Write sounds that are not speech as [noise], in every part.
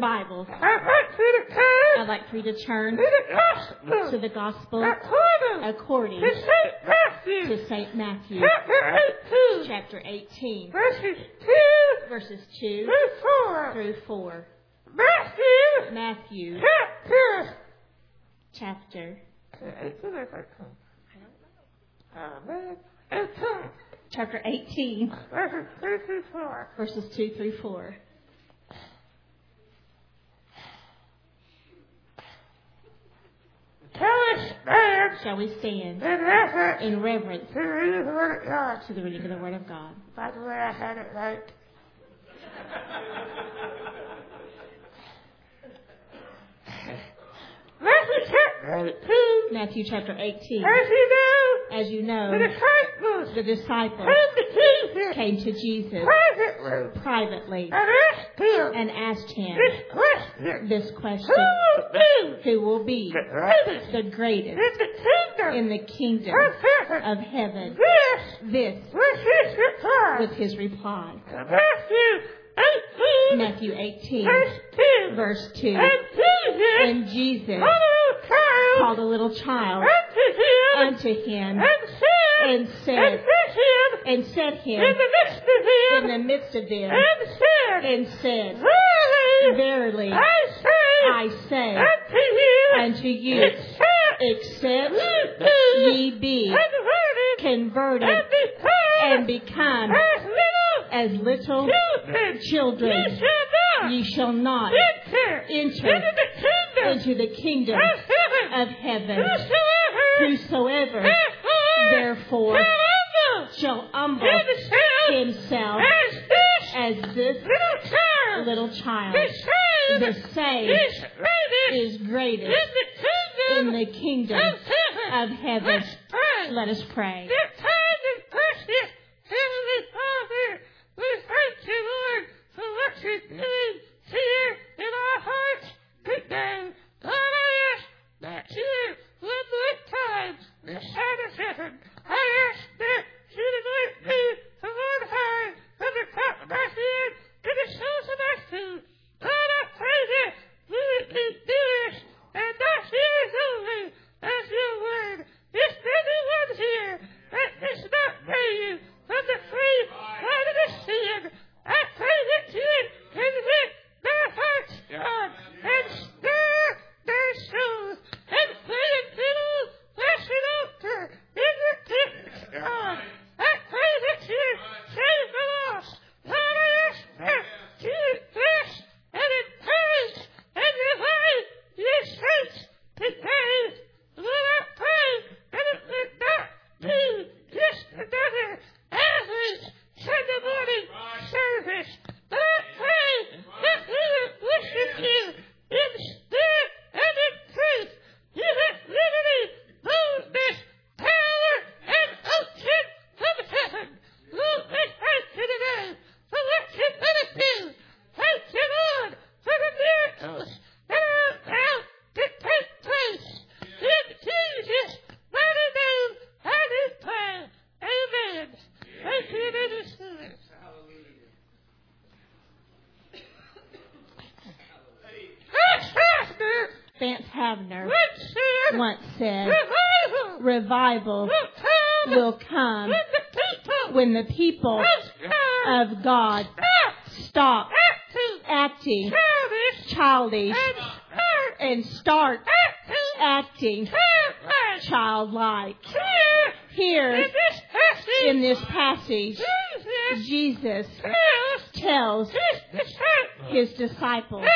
Bibles. I'd like for you to turn to the Gospel according to St. Matthew, chapter 18, verses 2 through 4. Matthew, chapter, chapter 18, verses 2 through 4. Shall we stand in reverence to the reading of the Word of God? By the way, I had it right. Matthew chapter 18. Matthew chapter 18. As you As you know, know, the disciples the disciples came to Jesus came to Jesus privately and privately asked him and asked him this question. this Who question will be Who will be the greatest the in greatest the kingdom in the kingdom of heaven? of heaven? This This was his reply. was his reply. Matthew 18, Matthew 18, verse 2. verse 2. And Jesus And Jesus called a called child a little child unto him unto him and said, and and said, set him and set him in the midst of in them the midst of them and said, and said, Verily Verily I I say say unto you, unto you, except except ye be ye be converted converted and become and become as little as little children, ye children, shall not ye shall not enter enter into the kingdom into the kingdom of heaven. of heaven. Whosoever Whosoever therefore therefore shall humble himself as this little child, the same is greatest in the kingdom of heaven. Let us pray. I ask that you anoint me from on high, from the top of my head to the soles of my feet. God, I pray that you would be doers and not hearers only, as your word. This many ones here, let this not pay you from the free light of the sin. I pray that you would convict their hearts, God, and stir their souls, and bring them to the blessed altar in the kingdom of God. I pray that you would save the lost. Lord, I ask that you would bless and encourage and revive your saints today. Lord, I pray that it would not be just another average Sunday morning service, but I pray that we would worship you in spirit and in truth. You have liberty, boldness, power, and unction from heaven. Lord, we thank you today for what you've done us do. Thank you, Lord, for the miracles that are about to take place. In Jesus' mighty name, I do pray. Amen. Thank you, ministers. First Pastor, Vance Havner once said, once said, revival Revival will come will come when the people when the people of God of God stop stop acting acting childish childish and start and start acting acting childlike. childlike. Here in Here this in passage, this passage, Jesus Jesus tells tells his disciples his disciples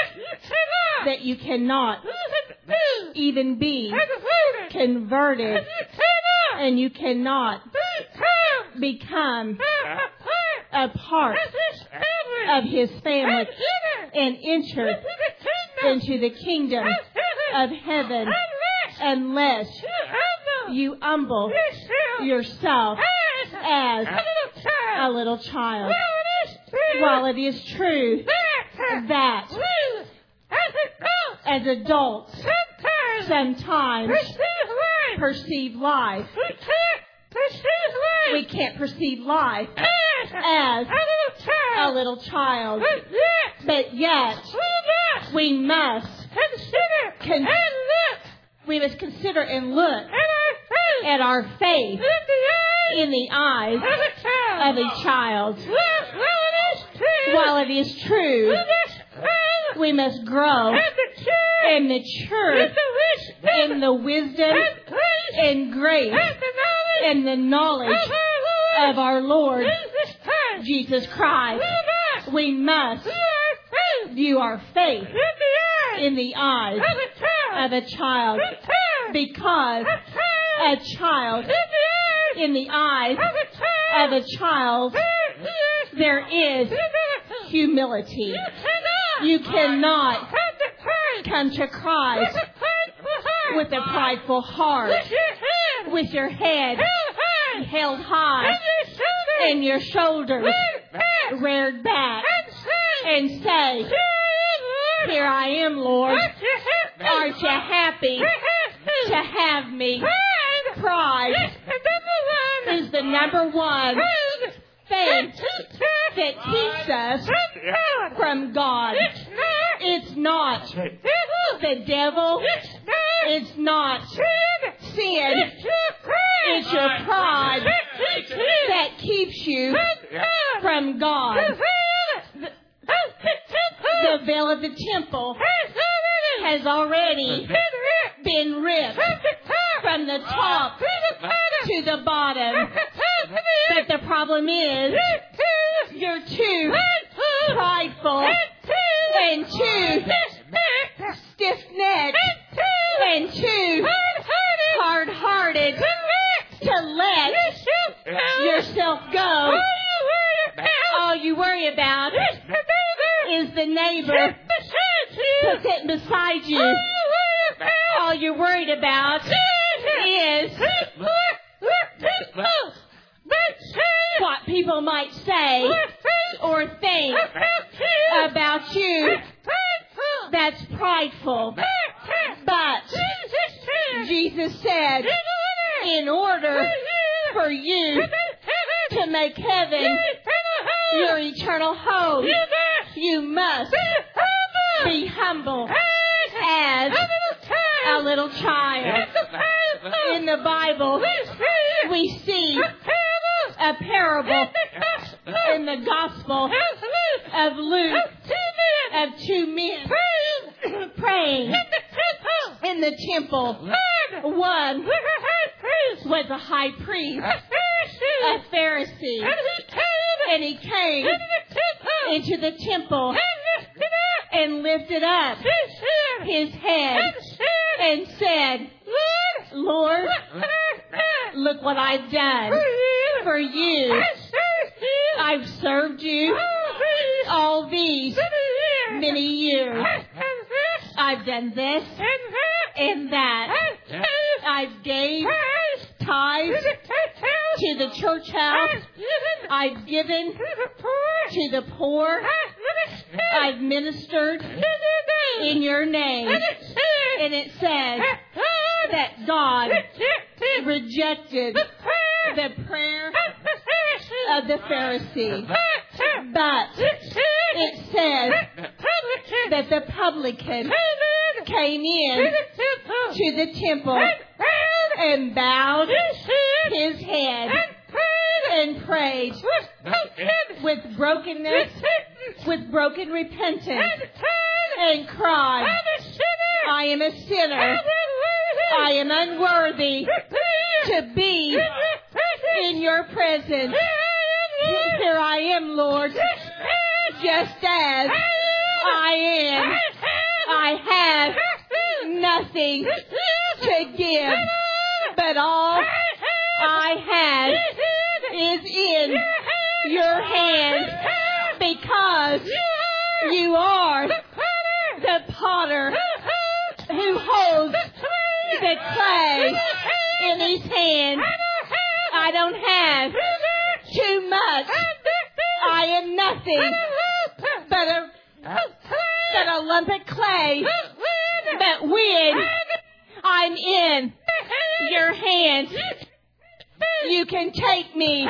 that you cannot that you cannot even be even be converted converted and you cannot and you cannot become become a part a part of his family of his family and enter and enter into the kingdom into the kingdom of of heaven heaven unless unless you humble you humble yourself yourself as as a little a child. little child. Well, it is true While it is true that that we, as adults, as adults sometimes sometimes perceive life. perceive life, We can't perceive we life can't perceive life as as a little a child. little child. But yet, But yet, we must we must consider and Con- look we must consider and at look our faith at our faith in the eyes in the eyes of a of child. a child. While, while it is true, While it is we true, must grow we must grow at the church and in mature the wisdom in the wisdom and grace and grace and the knowledge and the knowledge of our of Lord our Lord Jesus Christ. Jesus We Christ. must We must view our faith view our faith in the eyes in the eyes of a child. of a child Because because a child in the eyes of a child there is humility. You cannot come to Christ with a prideful heart, with your head held high and your shoulders reared back, and say, Here I am, Lord. Aren't you happy to have me? Pride is the number one thing that keeps us from God. It's not the devil. It's not sin. It's your pride that keeps you from God. The veil of the temple has already been ripped from the top to the bottom. But the problem is, you're too prideful and too stiff necked and too hard hearted to let yourself go. All you worry about is the neighbor sitting beside you. All you're worried about is what people might say or think about you. That's prideful. But Jesus said, in order for you to make heaven your eternal home, you must be humble as a little child. In the Bible, we see a parable in the Gospel of Luke of two men praying in the temple. One was a high priest, a Pharisee, and he came into the temple and lifted up his head and said, Lord, look what I've done for you. I've served you all these many years. I've done this and that. I've gave tithes to the church house. I've given to the poor. I've ministered in your name. And it says that God rejected the prayer of the Pharisee. But it says that the publican came in to the temple and bowed his head and prayed with brokenness, with broken repentance, and cried, I am a sinner. I am unworthy to be in your presence. Here I am, Lord, just as I am. I have nothing to give, but all I have is in your hands because you are the potter who holds the clay in his hand. I don't have too much. I am nothing but a, but a lump of clay. But when I'm in your hands, you can take me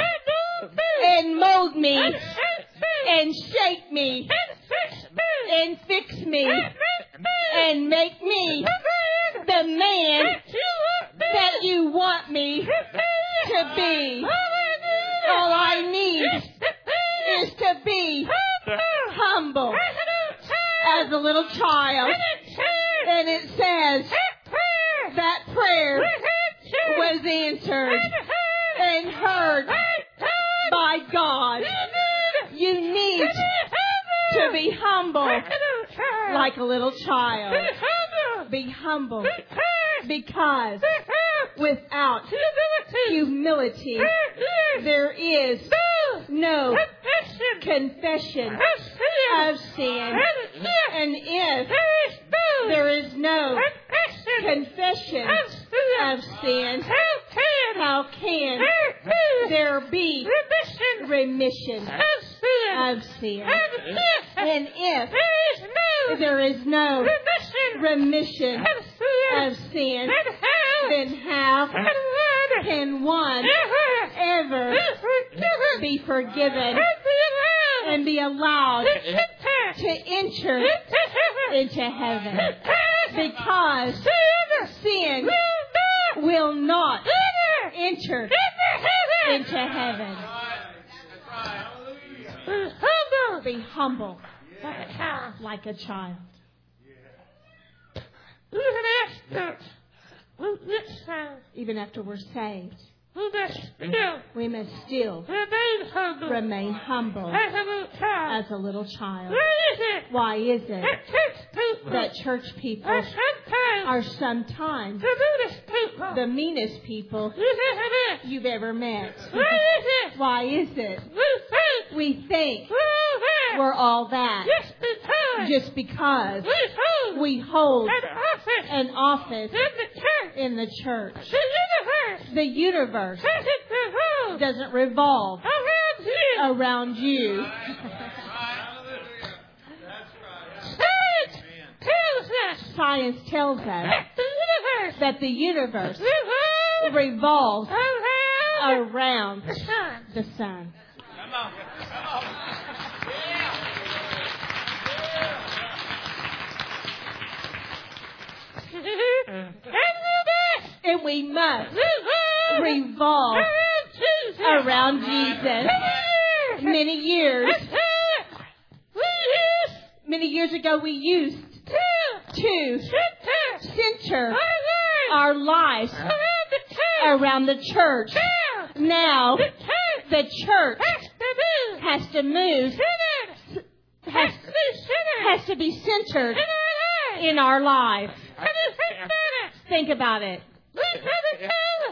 and mold me and shape me and fix me and make me the man that you want me to be. All I need is to be humble as a little child. And it says that prayer was answered and heard by God. You need to be humble like a little child. Be humble because without humility, there is no confession of sin. And if there is no confession of sin, how can there be remission of sin? And if [laughs] there is no remission of sin, then how can one ever be forgiven and be allowed to enter into heaven? Because sin will not enter into heaven. Be humble like a child. Even after we're saved, we must still remain humble as a little child. Why is it that church people are sometimes the meanest people you've ever met? Why is it we think we're all that just because we hold an office in the church? The universe doesn't revolve around you. Science tells us that the universe revolves around the sun. And we must revolve around Jesus. Many years, many years ago, we used to center our lives around the church. Now, the church has to move, has, has to be centered in our lives. Think about it.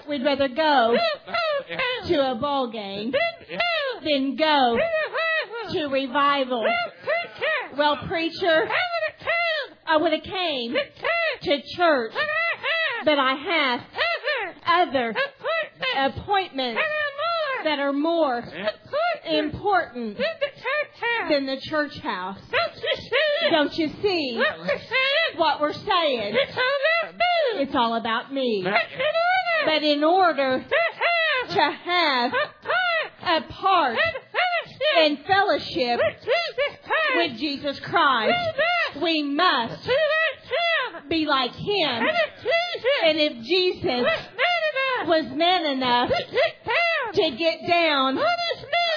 We'd rather go to a ball game than go to revival. Well, preacher, I would have came to church, but I have other appointments that are more important than the church house. Don't you see what we're saying? It's all about me. But in order to have a part in fellowship with Jesus Christ, we must be like Him. And if Jesus was man enough to get down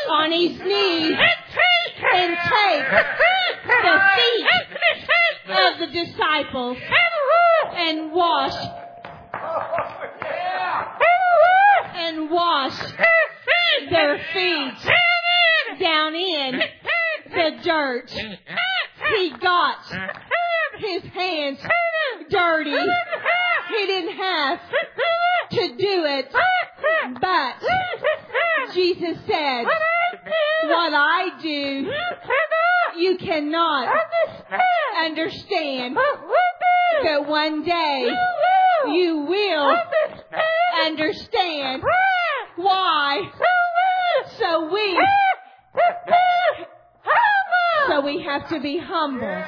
on his knees and take the feet of the disciples and wash and wash their feet down in the dirt. He got his hands dirty. He didn't have to do it, but Jesus said, What I do, you cannot understand. But one day, you will understand why. So we, so we have to be humble.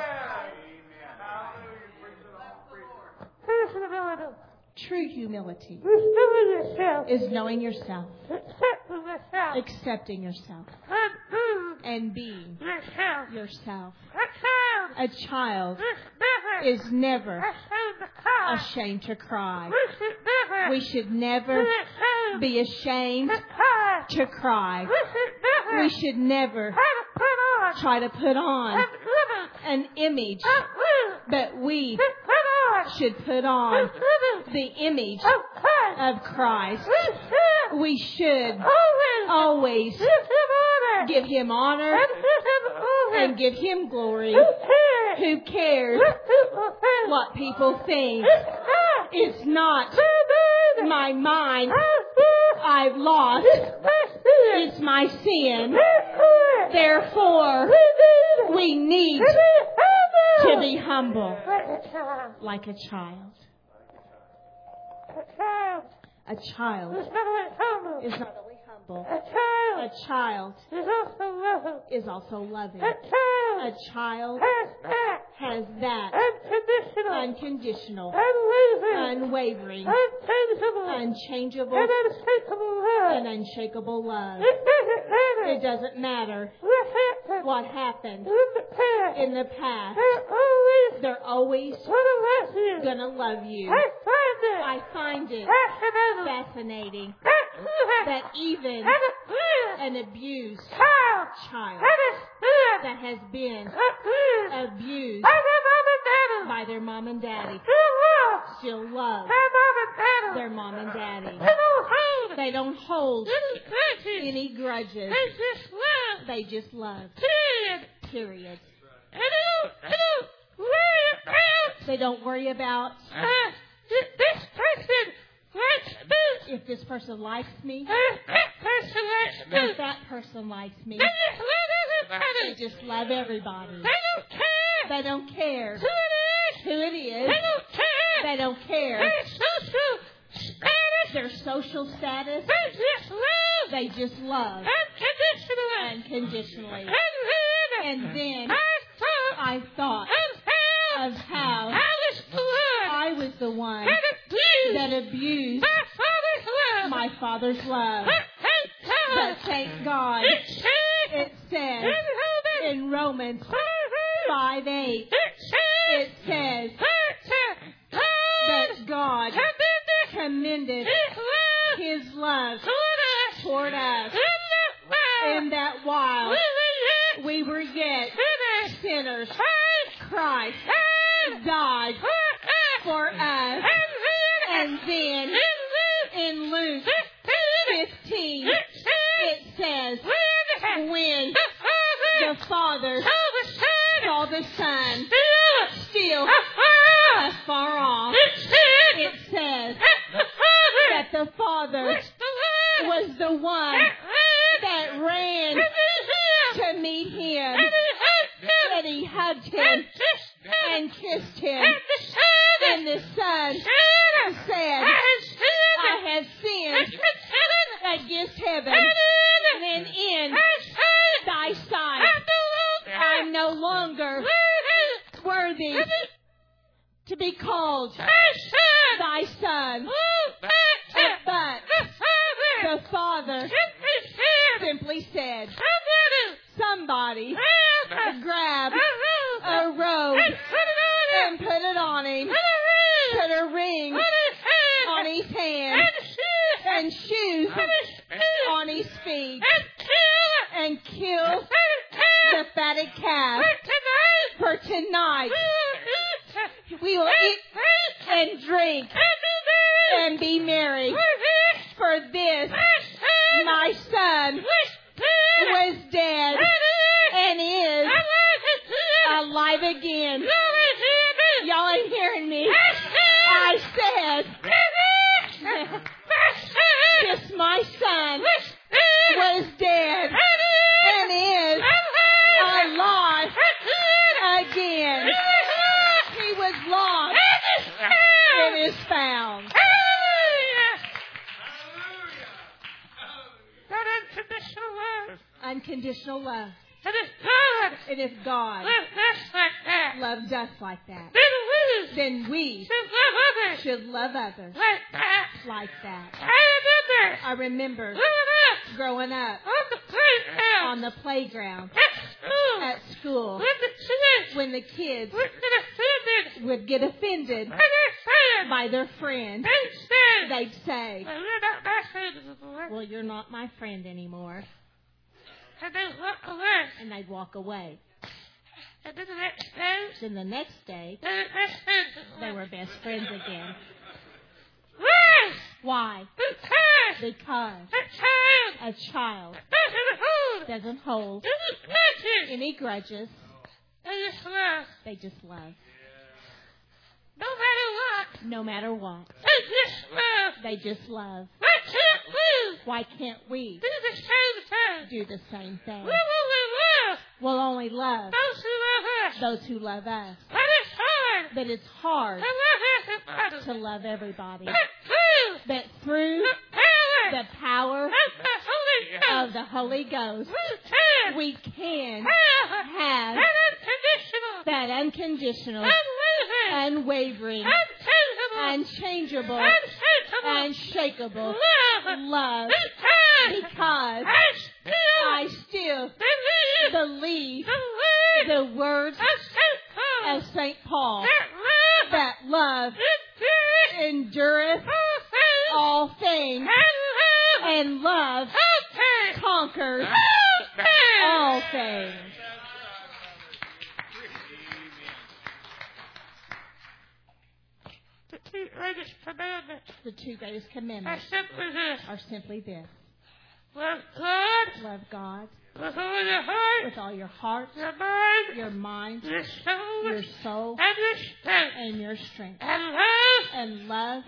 True humility is knowing yourself, accepting yourself, and being yourself. A child never is never ashamed to cry. ashamed to cry. We should never be We should never ashamed be ashamed to cry. to cry. We should never We should never try to put on try to an put on image an image, that we but we should put on should put an on image the image of Christ. of Christ. We should We should always always give Him honor give Him honor and give Him glory. and give Him glory. Who cares Who cares what people think? what people think? It's not It's not my mind. my mind I feel I've lost. it's my sin. It's my sin. Therefore, Therefore, we need we need to be to humble. be humble Like a child. like a child. A child A child is not only humble. is not only humble. A A child child is also loving. is also loving. A A child child has that has that unconditional, unconditional, unwavering, unwavering, unchangeable, unchangeable, and unshakable and love. unshakable love. It doesn't It matter doesn't matter what happened what happened in the past. in the past. They're always They're always gonna love you. gonna love you. I find it I find it fascinating fascinating that you have that even had a good an abused child child understand that has been a good abused by their mom and daddy. by their mom and daddy Still love still love their mom and daddy. their mom and daddy. They don't hold They don't hold any grudges. any grudges. They just love. They just love. Period. Period. And they don't, they don't worry about They don't worry about uh, th- this person likes me. if this person likes me, Uh, that person likes me. if that person likes me. They just love They everybody. just love everybody. They don't care They don't care who it is. who it They is. don't care They don't care their social status. their social status. They just love They just love unconditionally. unconditionally. And And then then I thought I thought of how of how I was the one I was the one that abused that abused my father's love. my father's love. But thank But God thank God, it said it in says Romans in Romans 5 5 it 8, says it says that God that God commended commended His love his love toward us toward us in that while in that we were yet while we were yet sinners, sinners. Christ Christ died died for us. for us. And then in And then Luke in Luke 15, 15, it says it says, when When the Father the Father saw the Son saw the Son still still afar off, afar off, it said it says that the Father that the Father was the Lord was the one that ran that ran to meet him, to meet him, and he hugged him, and he hugged and him kissed him, and kissed him. and the Son And the Son said, said, I have sinned I have against sinned heaven against heaven and in and in thy sight thy I sight. I'm no no longer longer worthy worthy to be to be called thy son. thy son. But the Father simply said, Somebody grab a robe and put it on him, put a ring on his hand, and shoes on his feet, and kill the fatted calf. For tonight we will eat and drink and be merry. For this my son was dead and is alive again. Y'all ain't hearing me. I said, this my son was dead and is alive again. He was lost and is found. Unconditional love. And if God loved us like that, then we should love others like that. I remember growing up on the playground at school when the kids We're gonna send it. friends would get offended by their friends. by their friend. They'd say, They'd say, "Well, you're not my friend anymore. Well, you're not my friend anymore. And they walk away. And they'd walk away. And then the next day, Then the next day, they were best friends. they were best friends again. Why? Why? Because Because that child a child doesn't hold doesn't hold any grudges any grudges. against love. They just love. No matter what, No matter what, they just love. they just love. Why can't we Why can't we do the same thing? do the same We thing? will love We'll only love those who love us. those who love us. But it's hard But it's hard to love to everybody. love everybody. But through But through the power the power of the Holy of Ghost, the Holy Ghost, we can we can have have that unconditional, that unconditional, unwavering, unwavering, unchangeable, unchangeable, unshakable unshakable love love because because I still I still believe believe the word the words of St. Paul of St. Paul that love that love endureth endureth all things all things, and love and love conquereth conquers all things. all things. The two greatest commandments the two greatest are commandments simply this. are simply this Love God love God with all your heart, with all your heart, your mind, your mind, your soul, your and soul, your strength. and your strength, And love and love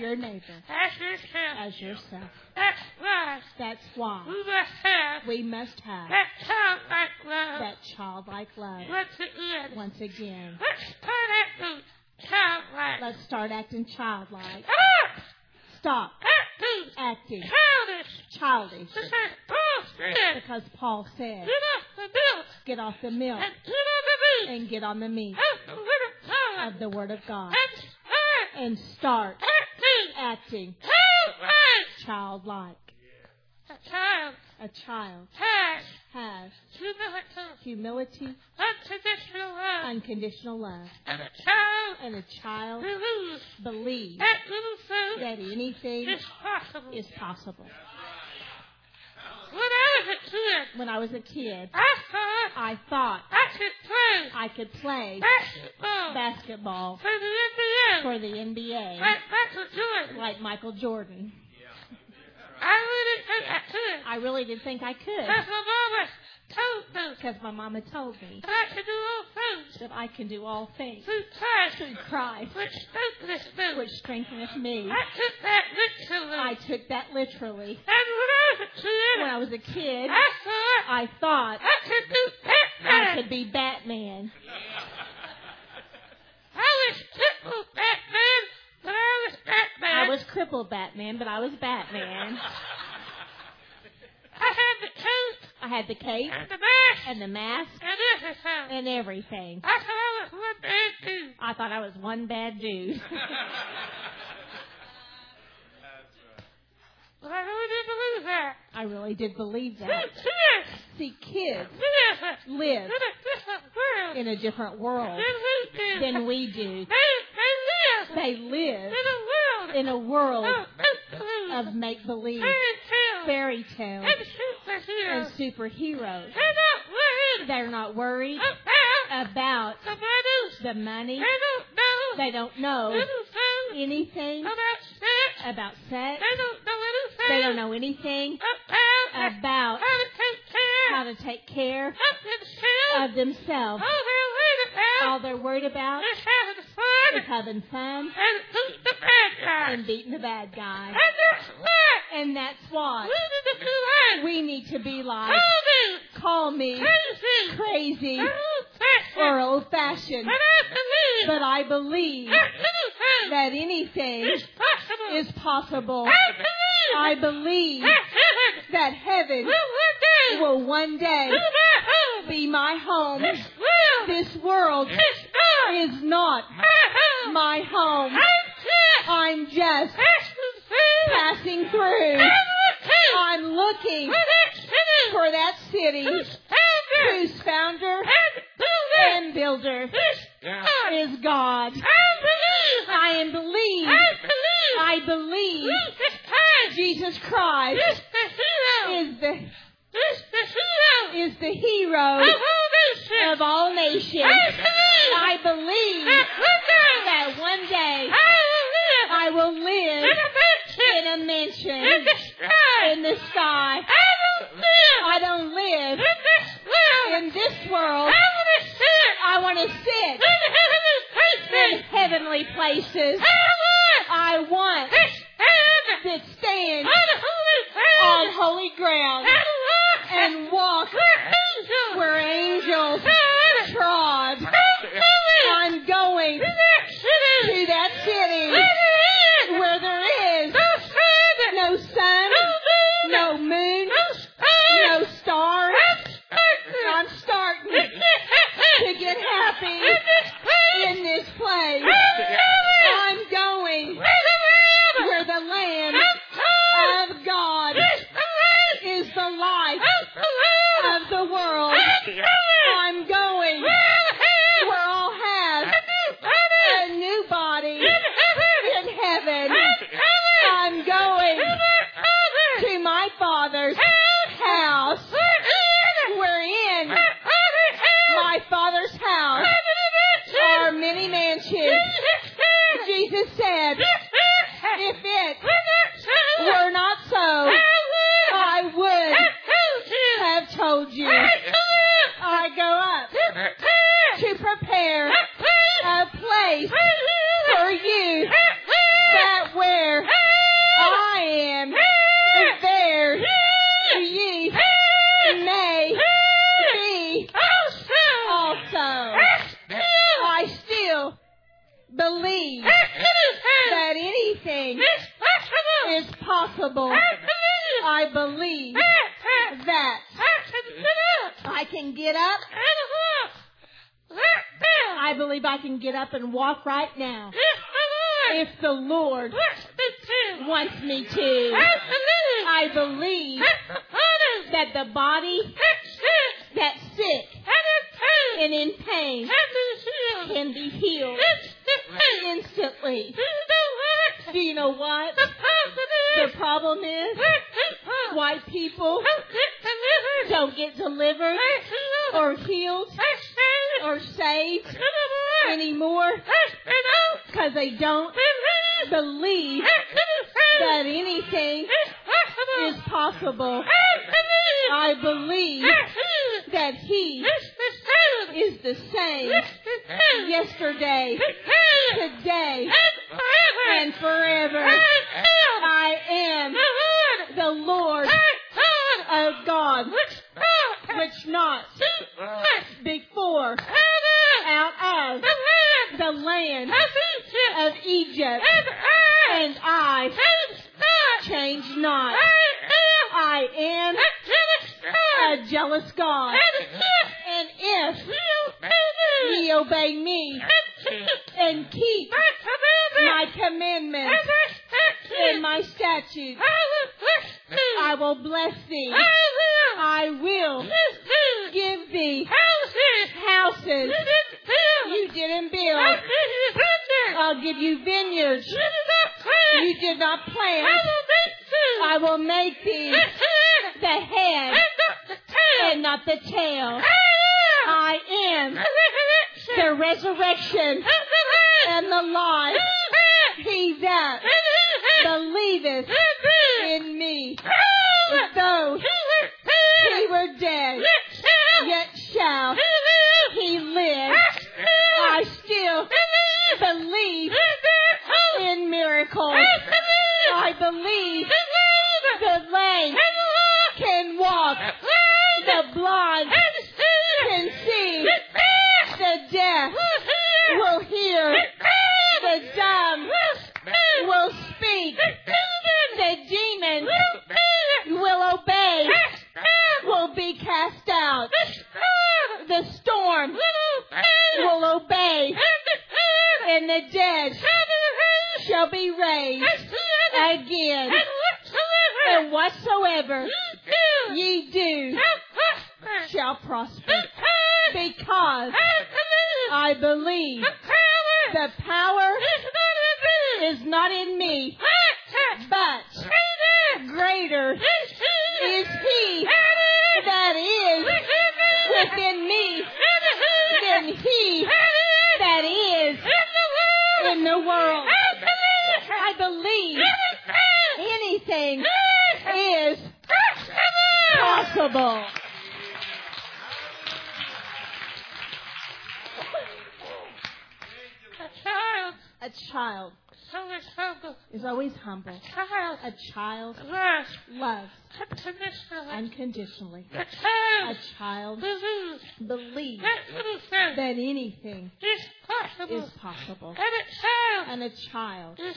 your neighbor your neighbor as yourself. as yourself. That's why That's why we must have we must have that childlike love that childlike love once again. once again. Let's start at the childlike. Let's start acting childlike. Stop Stop acting acting childish. childish This is Paul said. because Paul said, Get off the milk Get off the milk and get on the meat and get on the meat of the word of God of the Word of God and start and start acting acting childlike. childlike. A child A child has has humility, humility, unconditional love, unconditional love, and a child and a child believes believes that little food that anything is possible. is possible. When I was a kid, When I was a kid, I thought I thought I could play I could play basketball basketball for the NBA for the NBA like Michael Jordan. like Michael Jordan. I really think I could. I really didn't think I could That's my mama told me because my mama told me that I could do all things that I can do all things through Christ, through Christ, which strengtheneth me. which strengtheneth me. I took that I literally. took that literally. And when I was a kid, When I was a kid, I thought I thought I could do I Batman. could be Batman. I was crippled Batman, but I was Batman. I was crippled Batman, but I was Batman. I had the coat I had the cape and the mask and the mask and everything. and everything. I thought I was one bad dude. I thought I was one bad dude. [laughs] But I really didn't believe that. I really did believe that. Two kids See, kids live live in a different world in a different world than we do. than we do. They, they live They live in a world in a world of make-believe, of make believe, fairy tales, fairy tales, and and superheroes. superheroes. They're not worried They're not worried about about the money. the money. They don't know They don't know anything anything about sex. about sex. They don't know anything They don't know anything about about how to take care how to take care of themselves. of themselves. All they're worried All about they're worried about is having fun and is having fun beating the bad guys. and beating the bad guy. And that's what And that's why we need to do life. we need to be like, Holding, call me crazy, crazy or old-fashioned. old fashioned, But I believe but I believe that anything that anything is possible. is possible. I believe I believe that heaven that heaven will one day will one day be my home. be my home. This world This world is not is not my home. my home. I'm just I'm just passing through. passing through. I'm looking I'm for looking that city for that city whose founder whose founder and builder and builder is Yeah. That is God. I I am believe. believe. I believe. I believe Jesus Christ. Jesus Christ Is the hero. is the Is the hero. is the hero Of all nations. of all nations. I believe. I believe That one day. that one day I will live. I will live In a mansion. in a In mansion the sky. in the sky. I will live. I don't In live this world. in this I world. want to sit. I want to In sit heavenly in places. heavenly places. I want. I want to stand. to stand On holy on ground. holy ground And walk. and walk We're angels. where angels God. trod. I'm coming. I'm going To that city. to that Where city there is. where there is No sun. no sun, No moon. no moon, No no stars. stars. I'm starting. I'm starting to get happy in this place. I'm going where the Lamb of God is the light of the world. I'm going where I'll have a new body in heaven. I'm going to my Father's house. We're in my Father's house. Our mini mansion. Jesus said, if it were not so, I would have told you. I go up to prepare a place for you that where I am is there ye may be also. I still believe that anything is possible. I believe that I can get up. I believe I can get up and walk right now if the Lord wants me to. I believe that the body that's sick and in pain can be healed instantly. Do you know what? The problem is white people don't get delivered or healed or saved anymore because they don't believe that anything is possible. I believe that He is the same yesterday, today, and forever. I am the Lord of God, which not before out of the land of Egypt, and I change not. I am a jealous God, and if ye obey me and keep my commandments and my statutes, I will bless thee. I will give thee houses you didn't build. I'll give you vineyards you did not plant. I will make thee the head and not the tail. I am the resurrection and the life. He that believeth in me, though he were dead, yet shall he live. I still believe in miracles. I believe the lame can walk, the blind can see, the deaf will hear, the dumb will speak, the demons will obey, will be cast out, the storm will obey, and the dead shall be raised again. And whatsoever ye do shall prosper, because I believe The power the power is not in me. is not in me, But but greater greater is he is he that is that is within me within me than he than he that is that is in the world. in the world. I believe I believe everything anything is is possible. possible. A child A child so humble. is always humble. Child A child loves loves unconditionally. unconditionally. The A child child believes believes that anything that anything is is possible. possible. And a child And a child is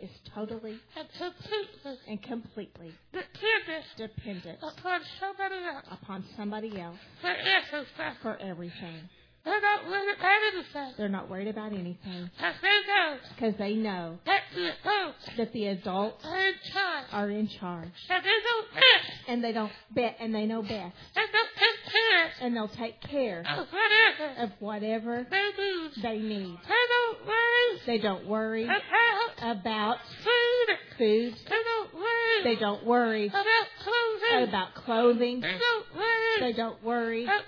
totally is totally and completely and completely dependent dependent upon somebody else upon somebody else for everything. for everything. They're not worried about anything. They're not worried about anything Because they know because they know that the adults that the adults are in charge. are in charge So they don't miss and they don't bet and they know best and don't take care and they'll take care of whatever of whatever they need. they need. They don't worry They don't worry about about food. food. They don't worry They don't worry about clothing. about clothing. they don't worry They don't worry about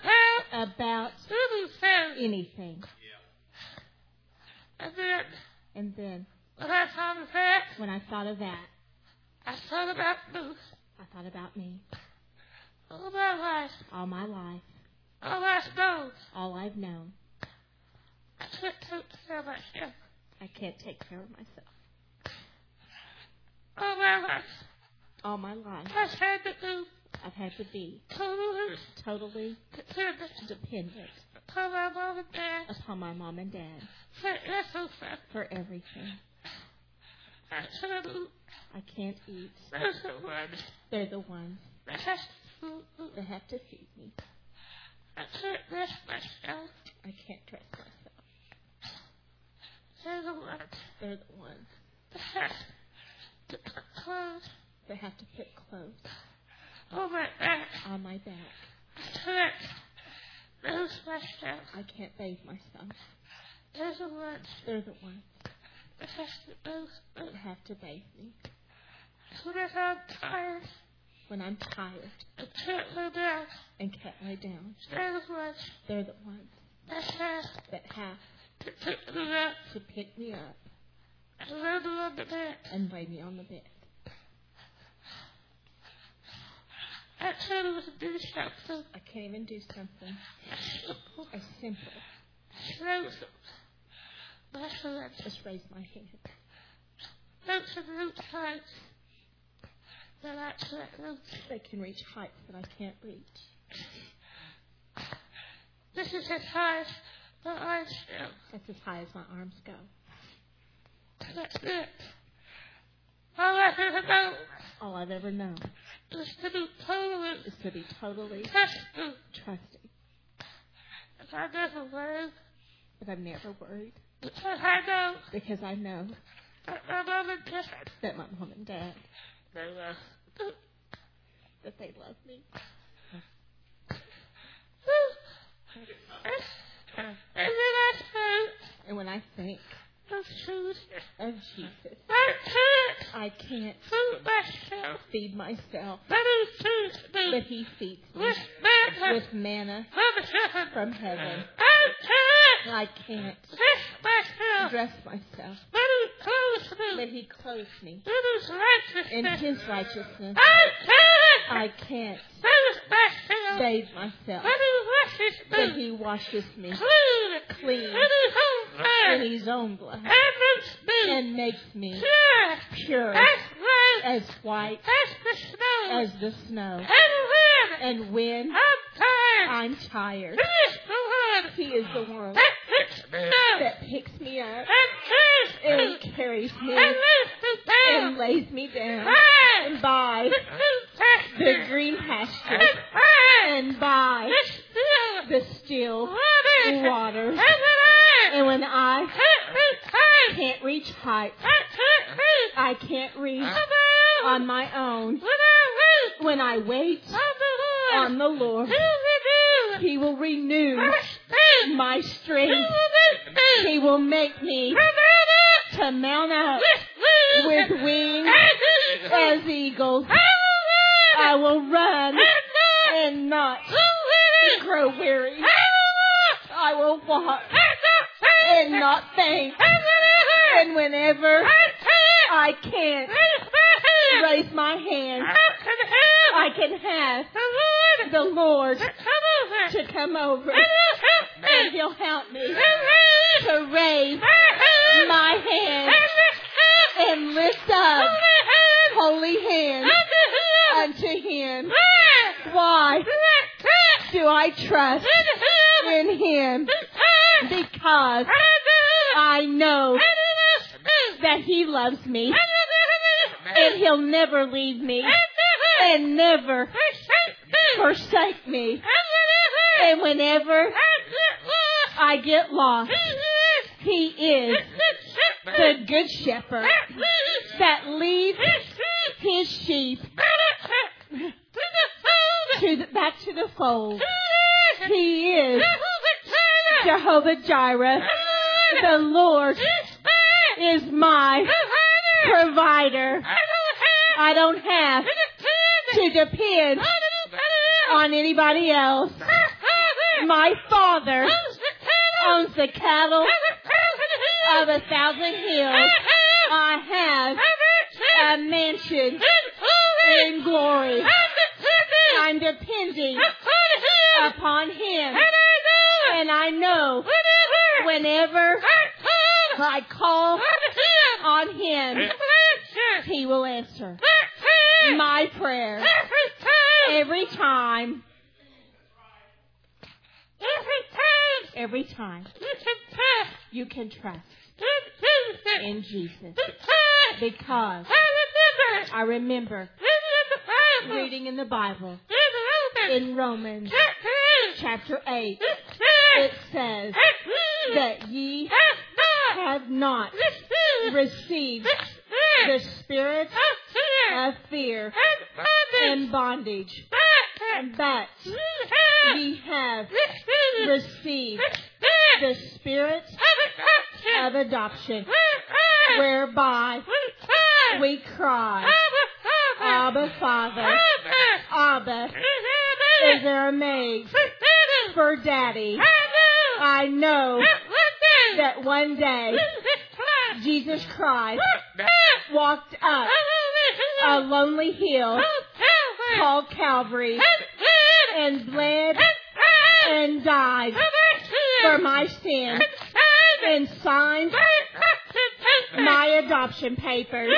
about anything. anything. And then And then when I thought of that, when I thought of that, I thought about me I thought about me all my life, all my life, all my bones. all I've known. I couldn't take care of myself. I can't take care of myself. All my life, All my life, I had to do I've had to be totally totally dependent dependent upon my mom and dad upon my mom and dad for everything. for everything. I couldn't I can't eat. lose the one They're the ones that has to fool me. that have to feed me. I couldn't dress myself. I can't dress myself. They're the ones They're the ones that has to put clothes that have to put clothes on my back. on my back. I couldn't lose myself. I can't bathe myself. They're the ones They're the ones that has to lose that me. have to bathe me. Soon as I'm tired, When I'm tired I can't lay down. and can't lay down, They're the ones they're the ones that has that have to pick me up. to pick me up I landed on the bed. and lay me on the bed. I said it was a big something. I can't even do something Simple. as simple Slows them. My hands. as raise my hand. Those are the times that I can't lose. They can reach heights that I can't reach. This is as high as my eyes go. That's as high as my arms go. That's it. All I ever know All I've ever known is to be totally is to be totally tested. trusting. If I never worry, But I'm never worried because I know because I know that my mom and dad, that my mom and dad, they uh, love me. that they love me. And then I said, And when I think of food. of Jesus, I can't I can't food myself. feed myself, That is food to but me. He feeds me With madness. with manna From heaven. from heaven. I can't I can't dress myself. dress myself, That is clothes but me. He clothes me That is in righteousness. His righteousness. I I can't can't dress myself. bathe myself, That is but righteousness. He washes me Clean. Clean. That is in holy. His own blood And makes me and makes me pure. pure As white. as white As the snow. as the snow. And when And when I'm tired, I'm tired, finish the one He is the one that picks me up that picks me up and and carries me carries me and lifts me and down. lays me down Bye. and by The new the pastor green pasture and bye. and by The still the still waters. waters. [laughs] And when I And when I can't be tired, can't reach heights I can't reach I can't reach on my own. on my own, When I wait when I wait on the Lord, on the Lord, He will renew He will renew my my strength. He will make me to mount up with wings as eagles. I will run and not grow weary. I will walk and not faint. And whenever I can't raise my hand, I can have the Lord to come over and He'll help me to raise my hand and lift up holy hand unto Him. Why do I trust in Him? Because I know that He loves me and He'll never leave me and never forsake me. And whenever I get lost, He is the good shepherd that leads his sheep to the, back to the fold. He is Jehovah Jireh. The Lord is my provider. I don't have to depend on anybody else. My father owns the cattle of a thousand hills. I have a mansion in glory. I'm depending upon him. And I know whenever I call on him, he will answer my prayer every time. Every time you can trust in Jesus. Because I remember reading in the Bible in Romans chapter 8, it says that ye have not received the spirit of fear and bondage, but ye have received the spirit [laughs] of adoption, whereby we cry, Abba, Father, Abba, is there a maid for Daddy? I know that one day Jesus Christ walked up a lonely hill called Calvary and bled and died for my sin and signed my adoption papers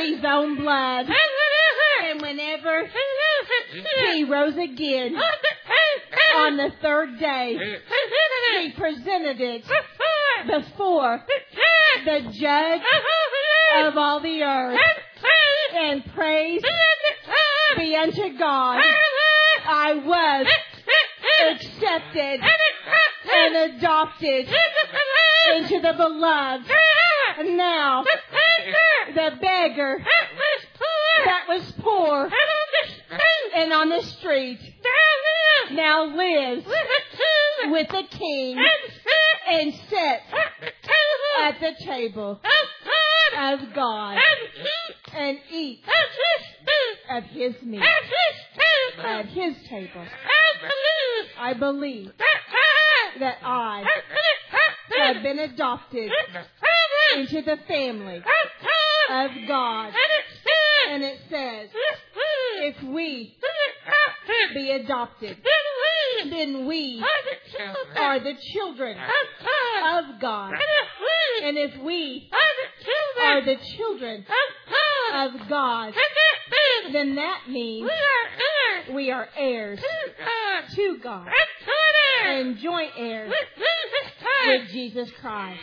in his own blood. And whenever he rose again on the third day, he presented it before the judge of all the earth. And praise be unto God. I was accepted and adopted into the beloved. And now the beggar that was poor and on the street now lives with the king and sits at the table of God and eats at his meal, at his table. I believe that I have been adopted into the family of God. And it says, if we be adopted, then we are the children of God. And if we are the children of God, then that means we are heirs to God and joint heirs with Jesus Christ.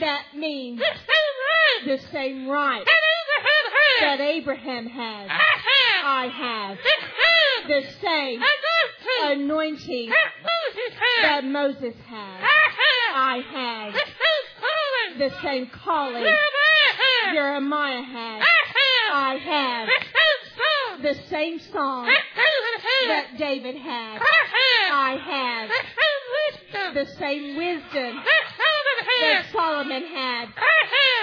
That means the same right that Abraham has, I have. The same anointing that Moses had, I have. The same calling Jeremiah had, I have. The same song that David had, I have. wisdom the same wisdom that Solomon that had. Solomon had.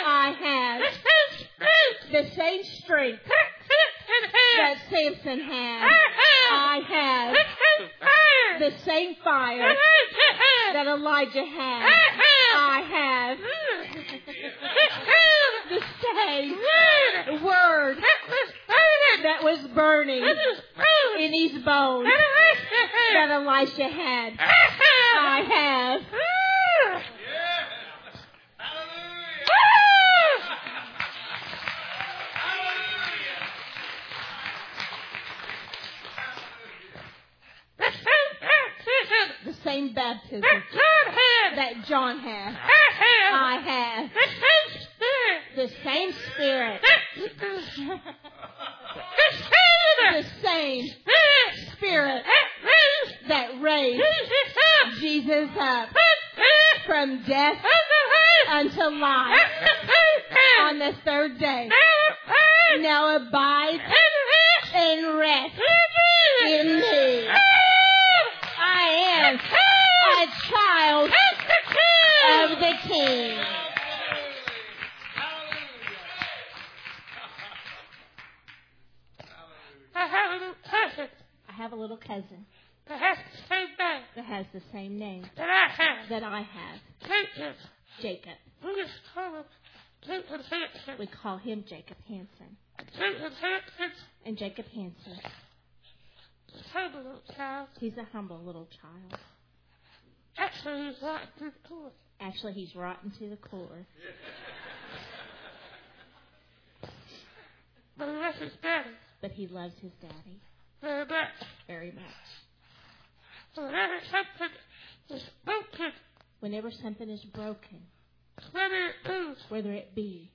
I have I the have same strength the same strength that Samson had. that Samson had. I have I have the same fire the same fire that Elijah had. that Elijah I had. have I have the the same same word word that was burning that was burning in his bones in his bones that Elisha had. that Elisha had. I have I have Ah! Ah! The same baptism the same baptism that God had, that John had. I have. I have The same spirit the same spirit, that the same the same spirit spirit that raised that raised Jesus up Jesus up from death from death unto life. unto life That's the third time. on the third day. Now abide Now and abide rest and rest in in me. me. Ah! I am Ah! a child That's the of key. the King. I have a little cousin I have a little cousin that has the same name that has the same name that I have. that I have, Jacob. Jacob. We just call him Jacob We Hanson. call him Jacob Hansen. Jacob Hanson's And Jacob Hansen, humble child. he's a humble little child. Actually, he's not too cool. Actually, he's rotten to the core. But he loves his daddy but he loves his daddy very much. very much. Whenever something is broken, Whenever something is broken, whether it moves, whether it be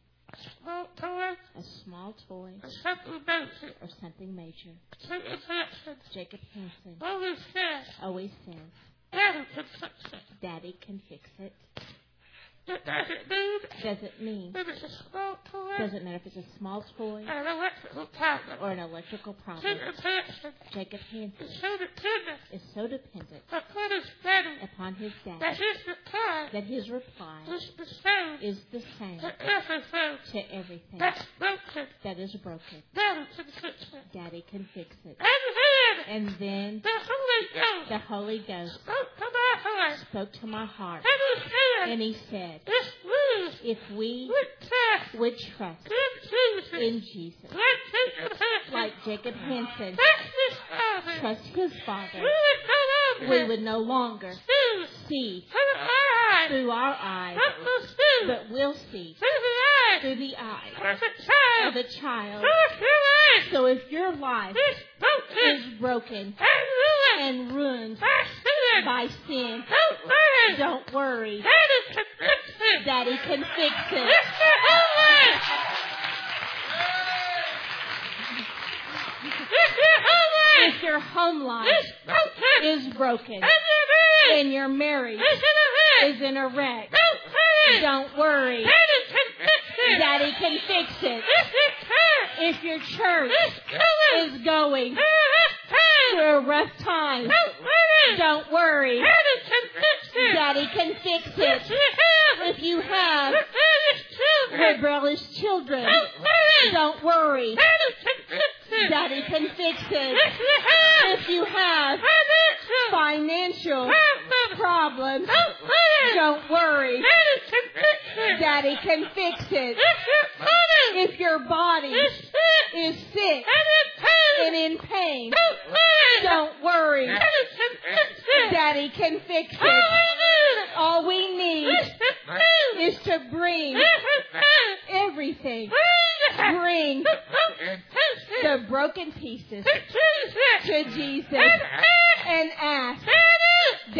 small toys, a small toy or something major, or something major, something connections, Jacob Hansen always says, always says, Daddy can fix it. Daddy can fix it. It doesn't mean Doesn't mean, that it's a small toy doesn't matter if it's a small toy or an electrical problem. or an electrical problem. Something connection Jacob Hansen is so dependent is so dependent upon his daddy upon his that daddy his reply that his reply is the same is the same to everything to everything that's broken. that is broken. Daddy can fix it. Daddy can fix it. And then And then the Holy Ghost the Holy Ghost spoke to my heart. spoke to my heart And he said, and he said, This move if we would test would trust good in Jesus. Jesus, Like Jacob Hansen. like Jacob Hansen, That's this father. trust his We Father, would no longer we would no longer choose see through our eyes. through our eyes, But we'll choose but we'll see through the eyes through the eyes of the child. of a child. Through your eyes. So if your life This broken is broken and ruined and ruined by sin. by sin, Don't worry. don't worry, Daddy can fix it. Daddy can fix it. It's the homework. It's the homework. If your home life It's broken. is broken And you're married. and your marriage It's in a wreck. is in a wreck, Don't worry. don't worry. Daddy can fix it. Daddy can fix it. This is her. If your church This going. is going Her last time. through a rough time, Don't worry. don't worry. Daddy can fix it. Daddy can fix Yes, it. you have. If you have Look at his children. rebellious children, Don't worry. don't worry. Daddy can fix it. Daddy can fix it. Yes, you have. If you have Financial. financial Problems. problems, Don't worry. don't worry. Daddy can fix it. Daddy can fix it. If your body If your body is sick is sick and in pain, and in pain, don't worry. don't worry. Daddy can fix it. Daddy can fix All it. we need All we need is to bring is to bring everything. everything, Bring bring the broken pieces the broken pieces to Jesus. to Jesus And ask and ask, Daddy,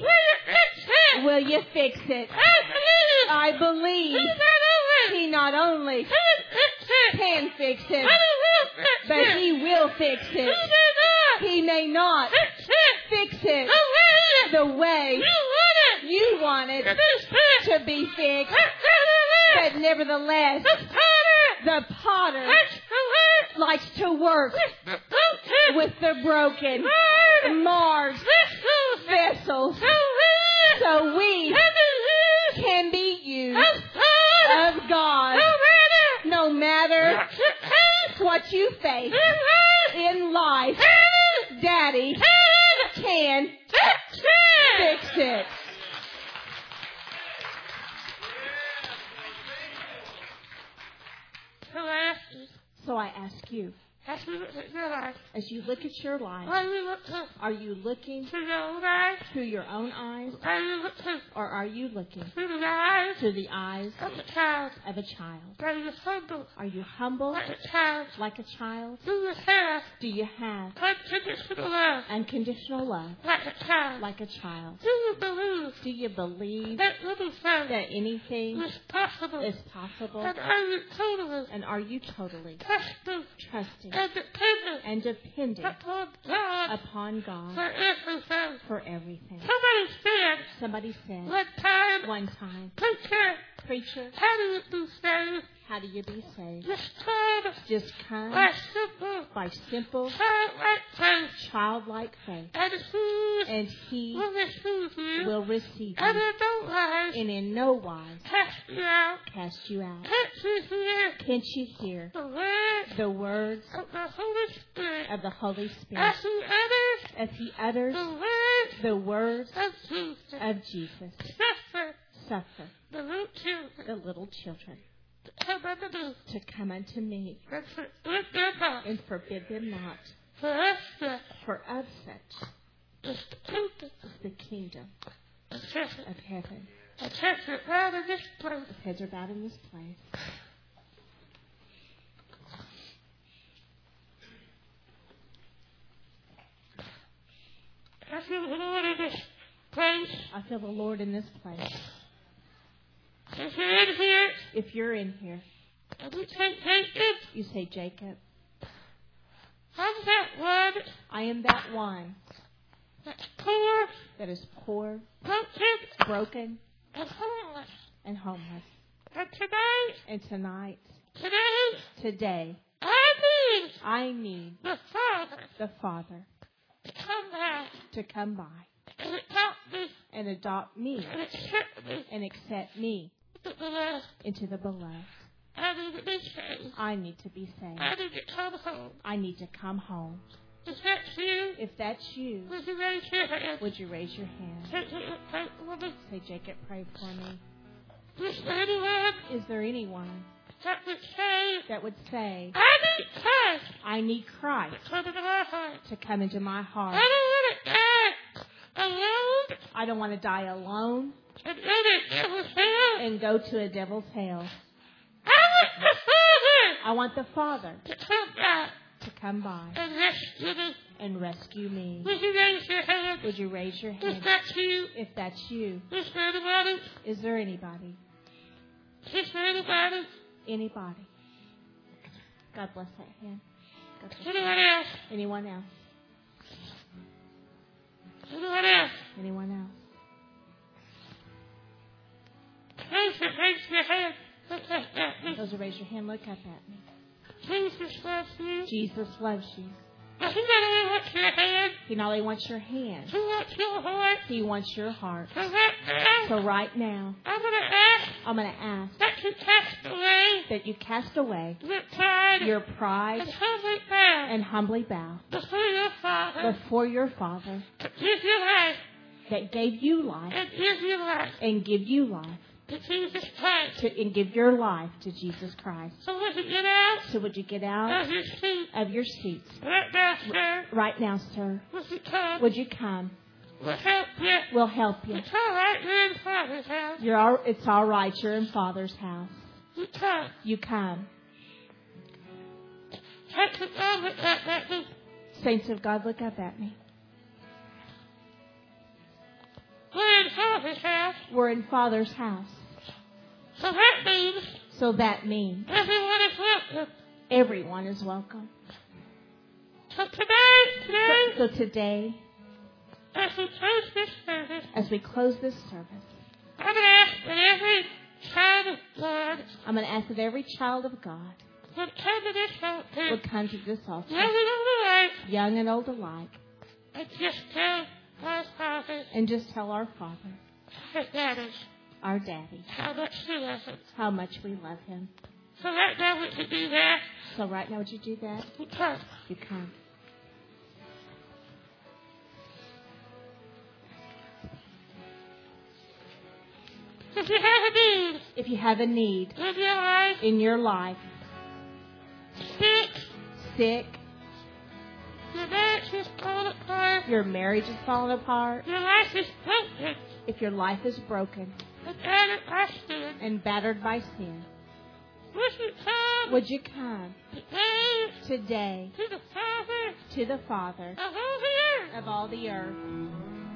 Daddy, will you fix it? will you fix it? I believe I he believe not only He not only can fix it, can fix but it, he will fix but it. He will fix He it. may not He may not fix it fix the it way the way you want it. you want it This fix. to be fixed, That's how it but is. nevertheless, The potter the potter likes to work likes to work with the broken with the broken, word. marred This is vessels so weird. so we can be used can be used as God, of God no matter no matter what you face what you face in life. in life. Daddy Daddy can can fix it. fix it. So I ask you, So I ask you, as you look at your life, as you look at your life, are you looking are you looking to your own eyes? through your own eyes Are you looking or are you looking through the eyes through the eyes of the child? of a child? Are you humble Are you humble like a child? like a child? Do you have Do you have unconditional love unconditional love like a child? like a child? Do you believe Do you believe that little thing that anything is possible? is possible? And are you totally And are you totally trusting trusting and dependent and dependent upon God upon God for everything? for everything? Somebody said Somebody said one time, one time, preacher, Preacher, how do you do things? how do you be saved? Just try Just to come like simple, by simple, try like faith, childlike faith, and who's and He will receive you, will receive and you in no wise and in no wise cast you out. cast you out. Can't you hear Can't you hear the word the words of the Holy Spirit? of the Holy Spirit As you utter as He utters the word the words of Jesus, of Jesus? suffer Suffer the little children the little children to come unto me to come unto me and forgive their faults. and forbid them not. For us, the For of such is the kingdom is the kingdom of heaven. of heaven. I checked it out of this place. His heads are bowed in this place. I feel the Lord in this place. I feel the Lord in this place. If you're in here If you're in here, and you can't take it, you say, Jacob, I'm that one I am that one that's poor, that is poor, broken, broken, and homeless. and homeless. And tonight, And tonight, today, today, I need I need the Father the Father to come back to come by and adopt me and adopt me and accept me and accept me to the love. into the beloved. I need to be saved. I need to be saved. I need to come home. I need to come home. Is that you? If that's you, Would you raise your hand? would you raise your hand? Take it, take it, woman. Say, Jacob, pray for me. Is there anyone Is there anyone that would say, that would say, I need Christ I need Christ to come into my heart? to come into my I heart? don't want to die alone I don't want to die alone and let it never fail. and go to a devil's hell. I want the Father I want the Father to come back to come by and rescue me. and rescue me. Would you raise your hand? Would you raise your Is hand? that you? If that's you, Is there anybody? is there anybody? Is there anybody? Anybody? God bless that hand. God bless. Anyone else? Anyone else? Anyone else? Anyone else? Raise your, raise your hand. Look at me. Those who raise your hand, look up at me. Jesus loves you. Jesus loves you. Does he not want your hand? He not only wants your hand, He wants your heart. he wants your heart. So right now, So right now, I'm going to ask I'm going to ask that you cast away that you cast away your pride your and pride humbly bow and humbly bow before your Father before your Father to give your life that gave you life and give your life and give you life to Jesus Christ. to, and give your life to Jesus Christ. So when you get out So would you get out of your seat of your seat right now, sir, right now, sir? would you come? Would you come? We'll help you. We'll help you. It's all right, you're in Father's house. You're all, it's all right. You're in Father's house. You come. You come. Take the moment that that me. Saints of God, look up at me. We're in Father's house. We're in Father's house. So that means So that means everyone is welcome. everyone is welcome. So tonight, today, So today, as we close this service, as we close this service, I'm going to ask that every child of God I'm going to ask that every child of God would come to this will altar, come to this young altar, and old alike, young and old alike, and just tell our Father, and just tell our Father, his daddies, our daddy, how much he loves him. how much we love him. So right now we can do that So right now, would you do that? because You come. if you have a need, If you have a need in your life, in your life, sick, sick, your marriage is falling apart, your marriage is falling apart, your life is broken, if your life is broken and out of question, and battered by sin, would you come would you come today today to the Father to the Father of all the earth of all the earth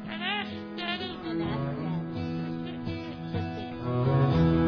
and ask Daddy and ask Him to to fix it?